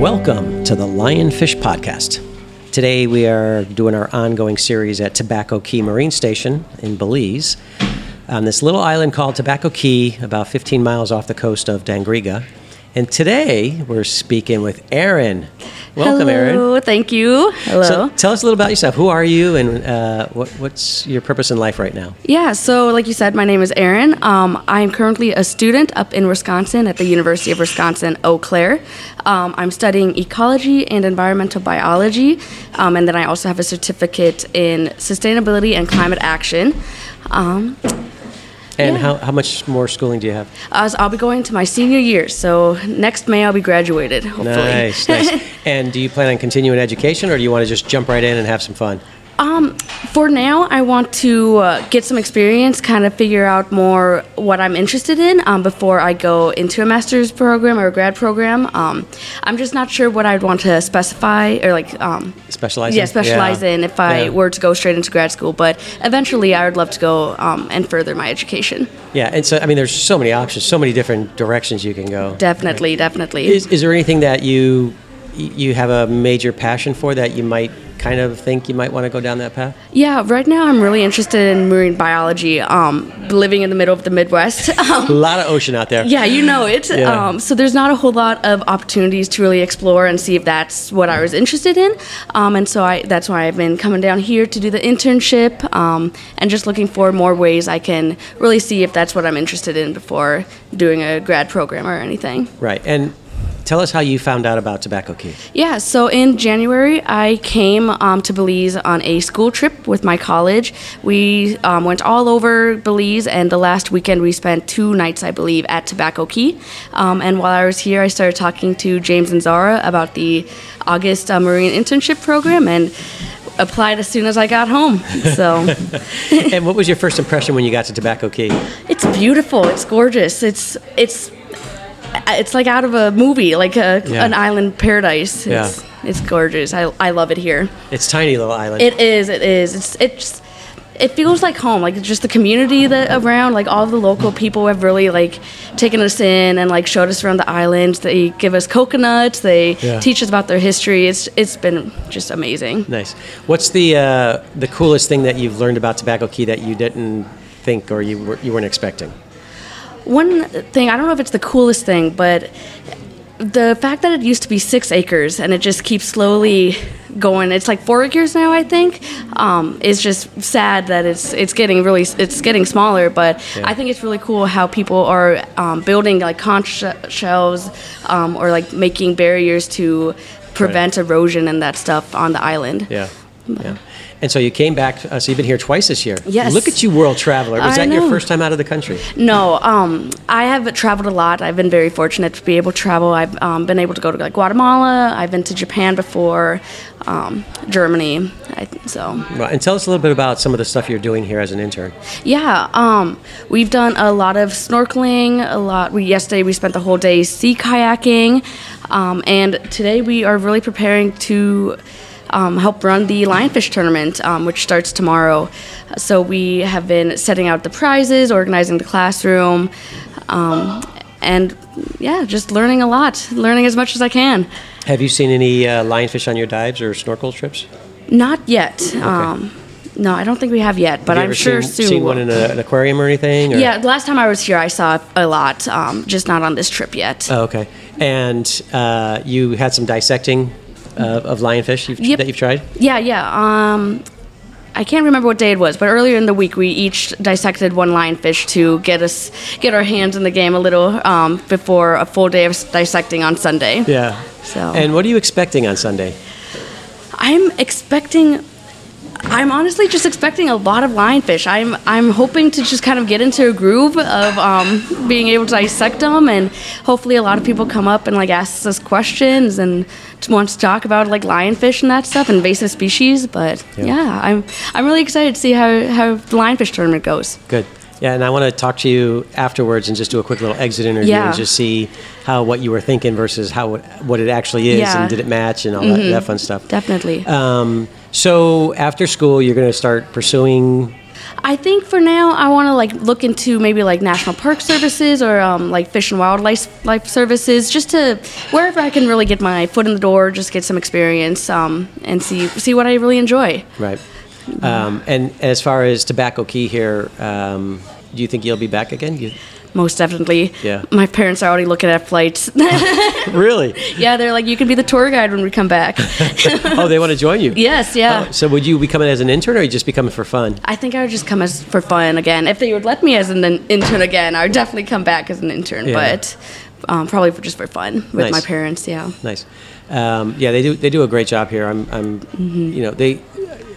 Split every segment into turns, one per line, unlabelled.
Welcome to the Lionfish Podcast. Today we are doing our ongoing series at Tobacco Key Marine Station in Belize on this little island called Tobacco Key, about 15 miles off the coast of Dangriga. And today we're speaking with Aaron. Welcome, Aaron.
Hello, thank you. Hello.
So tell us a little about yourself. Who are you, and uh, what, what's your purpose in life right now?
yeah, so like you said, my name is Erin. Um, I'm currently a student up in Wisconsin at the University of Wisconsin Eau Claire. Um, I'm studying ecology and environmental biology, um, and then I also have a certificate in sustainability and climate action. Um,
And
Yeah.
how, how much more schooling do you have?
uh, so I'll be going to my senior year, so next May I'll be graduated, hopefully.
Nice, nice. and do you plan on continuing education, or do you want to just jump right in and have some fun?
Um, for now, I want to uh, get some experience, kind of figure out more what I'm interested in um, before I go into a master's program or a grad program. Um, I'm just not sure what I'd want to specify or like. Um,
Specialize.
yeah,
in?
specialize in if I
Yeah.
were to go straight into grad school, but eventually I would love to go um, and further my education.
Yeah, and so I mean, there's so many options, so many different directions you can go.
Definitely, definitely.
Is, is there anything that you you have a major passion for that you might kind of think you might want to go down that path?
yeah, right now I'm really interested in marine biology, um, living in the middle of the Midwest. Um,
A lot of ocean out there.
Yeah, you know it.
Yeah.
Um, so there's not a whole lot of opportunities to really explore and see if that's what I was interested in. Um, and so I, that's why I've been coming down here to do the internship um, and just looking for more ways I can really see if that's what I'm interested in before doing a grad program or anything.
Right. And tell us how you found out about Tobacco Key.
Yeah, so in January, I came um, to Belize on a school trip with my college. We um, went all over Belize, and the last weekend we spent two nights, I believe, at Tobacco Key. Um, and while I was here, I started talking to James and Zara about the August uh, Marine Internship Program and applied as soon as I got home. So
and what was your first impression when you got to Tobacco Key?
it's beautiful, it's gorgeous, it's, it's, it's like out of a movie, like a,
Yeah.
an island paradise. It's, it's gorgeous. I, I love it here.
It's tiny little island.
It is. It is. It's. It's. It feels like home. Like just the community that around. Like all the local people have really like taken us in and like showed us around the island. They give us coconuts. They
Yeah.
teach us about their history. It's. It's been just amazing.
nice. What's the uh, the coolest thing that you've learned about Tobacco Key that you didn't think or you were, you weren't expecting?
One thing I don't know if it's the coolest thing, but the fact that it used to be six acres and it just keeps slowly going it's like four acres now i think um, it's just sad that it's it's getting really it's getting smaller but i think it's really cool how people are um, building like conch sh- shells um, or like making barriers to prevent erosion and that stuff on the island
Yeah. Yeah. And so you came back, uh, so you've been here twice this year.
Yes.
Look at you, world traveler. Was
I
that your
know.
first time out of the country?
No, um, I have traveled a lot. I've been very fortunate to be able to travel. I've um, been able to go to like Guatemala. I've been to Japan before, um, Germany. I, th- so
Well, and tell us a little bit about some of the stuff you're doing here as an intern.
yeah, um, we've done a lot of snorkeling. A lot. We yesterday we spent the whole day sea kayaking, um, and today we are really preparing to. Um, help run the lionfish tournament, um, which starts tomorrow. So we have been setting out the prizes, organizing the classroom, um, and yeah, just learning a lot, learning as much as I can.
Have you seen any uh, lionfish on your dives or snorkel trips?
Not yet. Um, no, I don't think we have yet,
Have
but
you
I'm
ever
sure
seen,
soon.
seen
we'll-
one in a, an aquarium or anything? Or?
Yeah, the last time I was here, I saw a lot, um, just not on this trip yet.
Oh, okay. And uh, you had some dissecting uh, of lionfish you've,
Yep.
that you've tried?
yeah, yeah. Um, I can't remember what day it was, but earlier in the week, we each dissected one lionfish to get us get our hands in the game a little um, before a full day of s- dissecting on Sunday.
Yeah.
So-
And what are you expecting on Sunday?
I'm expecting. I'm honestly just expecting a lot of lionfish. I'm I'm hoping to just kind of get into a groove of um, being able to dissect them, and hopefully a lot of people come up and like ask us questions and t- want to talk about like lionfish and that stuff, invasive species. But
Yeah.
yeah, I'm I'm really excited to see how how the lionfish tournament goes.
Good. Yeah, and I want to talk to you afterwards and just do a quick little exit interview
Yeah.
and just see how what you were thinking versus how it, what it actually is
Yeah. Mm-hmm.
and did it match and all that, that fun stuff.
Definitely.
Um, so after school, you're going to start pursuing
I think for now I want to like look into maybe like national park services or um, like fish and wildlife life services, just to wherever I can really get my foot in the door, just get some experience um, and see see what I really enjoy.
Right. Um, and as far as Tobacco Key here, um, do you think you'll be back again? You,
Most definitely.
Yeah.
My parents are already looking at flights.
really?
yeah, they're like, you can be the tour guide when we come back.
Oh, they want to join you?
yes. Yeah.
Oh, so would you be coming as an intern or you just be coming for fun?
I think I would just come as for fun again. If they would let me as an in- intern again, I would definitely come back as an intern.
Yeah.
But um, probably for, just for fun with
Nice.
my parents. Yeah.
Nice. Um, yeah, they do. They do a great job here. I'm. I'm You know, they.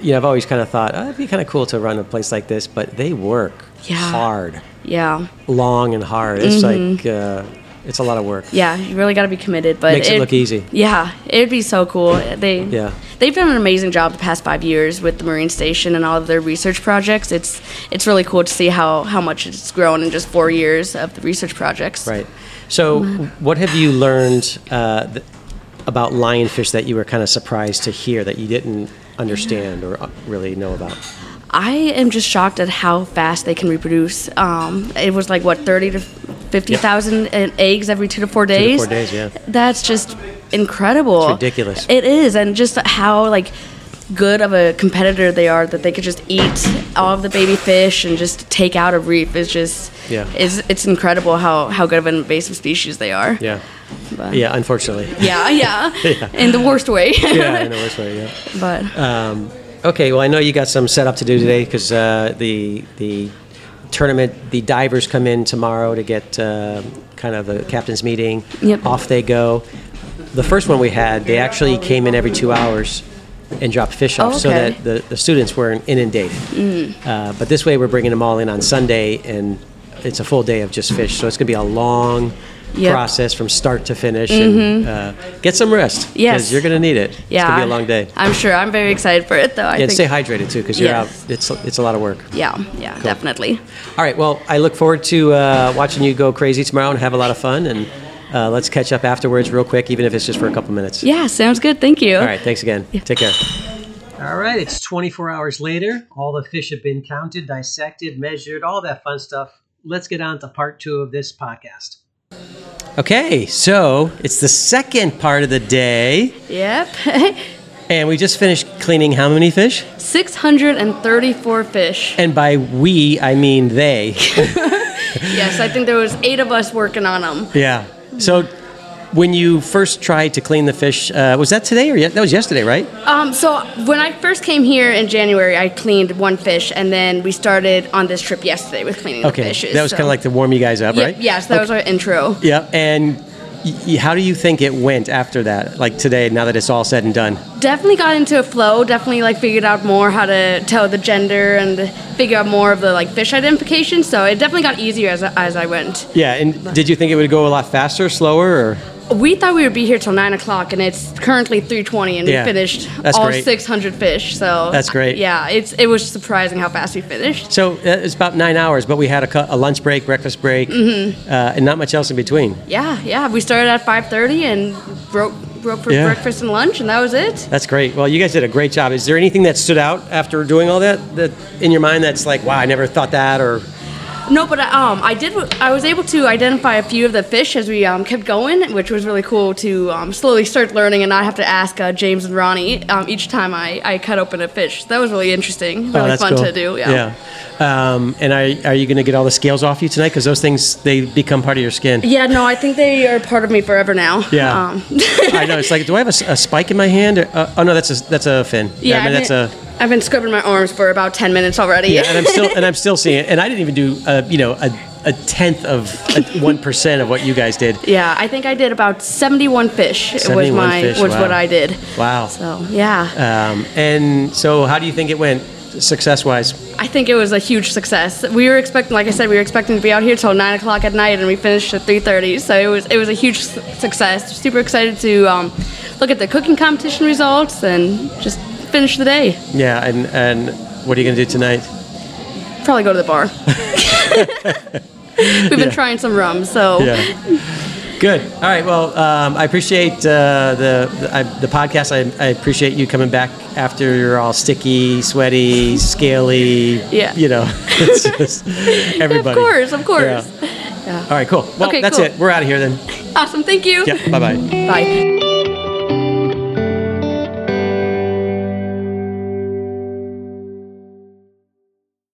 You know, I've always kind of thought oh, it'd be kind of cool to run a place like this, but they work
Yeah.
hard,
Yeah.
long and hard. It's like uh, it's a lot of work.
Yeah. You really got to be committed. But
Makes it look easy.
Yeah. It'd be so cool. They.
Yeah.
They've done an amazing job the past five years with the Marine Station and all of their research projects. It's it's really cool to see how, how much it's grown in just four years of the research projects.
Right. So, what have you learned uh, th- about lionfish that you were kind of surprised to hear that you didn't understand or uh, really know about?
I am just shocked at how fast they can reproduce. Um, it was like what thirty to fifty thousand uh, eggs every two to four days.
four days, yeah.
That's just incredible.
It's ridiculous.
It is, and just how like good of a competitor they are that they could just eat all of the baby fish and just take out a reef is just
Yeah.
is it's incredible how how good of an invasive species they are.
Yeah. Yeah. Unfortunately.
Yeah, yeah. In the worst way.
yeah. Uh, In the worst way. Yeah.
but
Okay, well, I know you got some setup to do today because uh, the the tournament, the divers come in tomorrow to get uh, kind of the captain's meeting.
Yep.
Off they go. The first one we had, they actually came in every two hours and dropped fish off so
Oh, Okay. Mm.
that the, the students weren't inundated. Uh, but this way, we're bringing them all in on Sunday, and it's a full day of just fish. So it's going to be a long
Yep. Mm-hmm.
process from start to finish. And uh, get some rest
Yes.
you're going to need it.
yeah.
It's going to
I'm-
be a long day.
I'm sure. I'm very excited for it though. I
Yeah,
think
stay hydrated too, because you're
Yes.
out. It's it's a lot of work.
Yeah, yeah, definitely.
All right. Well, I look forward to uh, watching you go crazy tomorrow and have a lot of fun. And uh, let's catch up afterwards, real quick, even if it's just for a couple minutes.
Yeah, sounds good. Thank you.
All right. Thanks again. Take care. All right. It's 24 hours later. All the fish have been counted, dissected, measured, all that fun stuff. Let's get on to part two of this podcast. Okay. So it's the second part of the day,
Yep.
and we just finished cleaning how many fish?
634 fish.
And by we, I mean they.
Yes, I think there was 8 of us working on them.
Yeah. So when you first tried to clean the fish, uh, was that today or ye- that was yesterday, right?
Um so when I first came here in January, I cleaned one fish and then we started on this trip yesterday with cleaning
Okay.
the fishes.
that was
so-
kind of like to warm you guys up,
Yep,
right?
Yes, that was our intro.
Yeah. And y- y- how do you think it went after that? Like today, now that it's all said and done.
Definitely got into a flow, definitely like figured out more how to tell the gender and figure out more of the like fish identification, so it definitely got easier as, as I went.
Yeah. And did you think it would go a lot faster, slower, or?
We thought we would be here till nine o'clock, and it's currently three twenty, and
Yeah,
we finished
that's
all
great.
six hundred fish. So
That's great.
Yeah, it's it was surprising how fast we finished.
So uh, it's about nine hours, but we had a, cu- a lunch break, breakfast break, uh, and not much else in between.
Yeah, yeah, we started at five thirty and broke broke for
Yeah.
breakfast and lunch, and that was it.
That's great. Well, you guys did a great job. Is there anything that stood out after doing all that, that in your mind that's like, wow, I never thought that, or
No, but um, I did. I was able to identify a few of the fish as we um, kept going, which was really cool to um, slowly start learning and not have to ask uh, James and Ronnie um, each time I, I cut open a fish. That was really interesting, really
Oh, that's
fun
cool.
to do.
Yeah. Um, and are, are you going to get all the scales off you tonight? Because those things, they become part of your skin.
Yeah, no, I think they are part of me forever now. Um,
Yeah. I know. It's like, do I have a, s- a spike in my hand? Or, uh, oh, no, that's a, that's a fin. I mean, that's a.
a. I've been scrubbing my arms for about ten minutes already.
Yeah, and I'm still and I'm still seeing it. And I didn't even do, uh, you know, a, a tenth of one percent of what you guys did.
Yeah, I think I did about seventy-one fish. It was
71
my
fish,
was
wow.
what I did.
Wow.
So yeah,
Um, and so, how do you think it went, success wise?
I think it was a huge success. We were expecting, like I said, we were expecting to be out here till nine o'clock at night, and we finished at three thirty. So it was it was a huge su- success. Super excited to um, look at the cooking competition results and just finish the day.
Yeah. And and what are you going to do tonight?
Probably go to the bar. We've been trying some rum, so
Yeah. Good. All right. Well, um, I appreciate uh, the the, I, the podcast. I, I appreciate you coming back after you're all sticky, sweaty, scaly.
Yeah.
You know, it's just everybody.
Of course, of course.
Yeah.
Yeah.
All right. Cool. Well,
Okay,
that's
cool.
it. We're out of here then.
Awesome. Thank you.
Yeah. Bye bye.
Bye.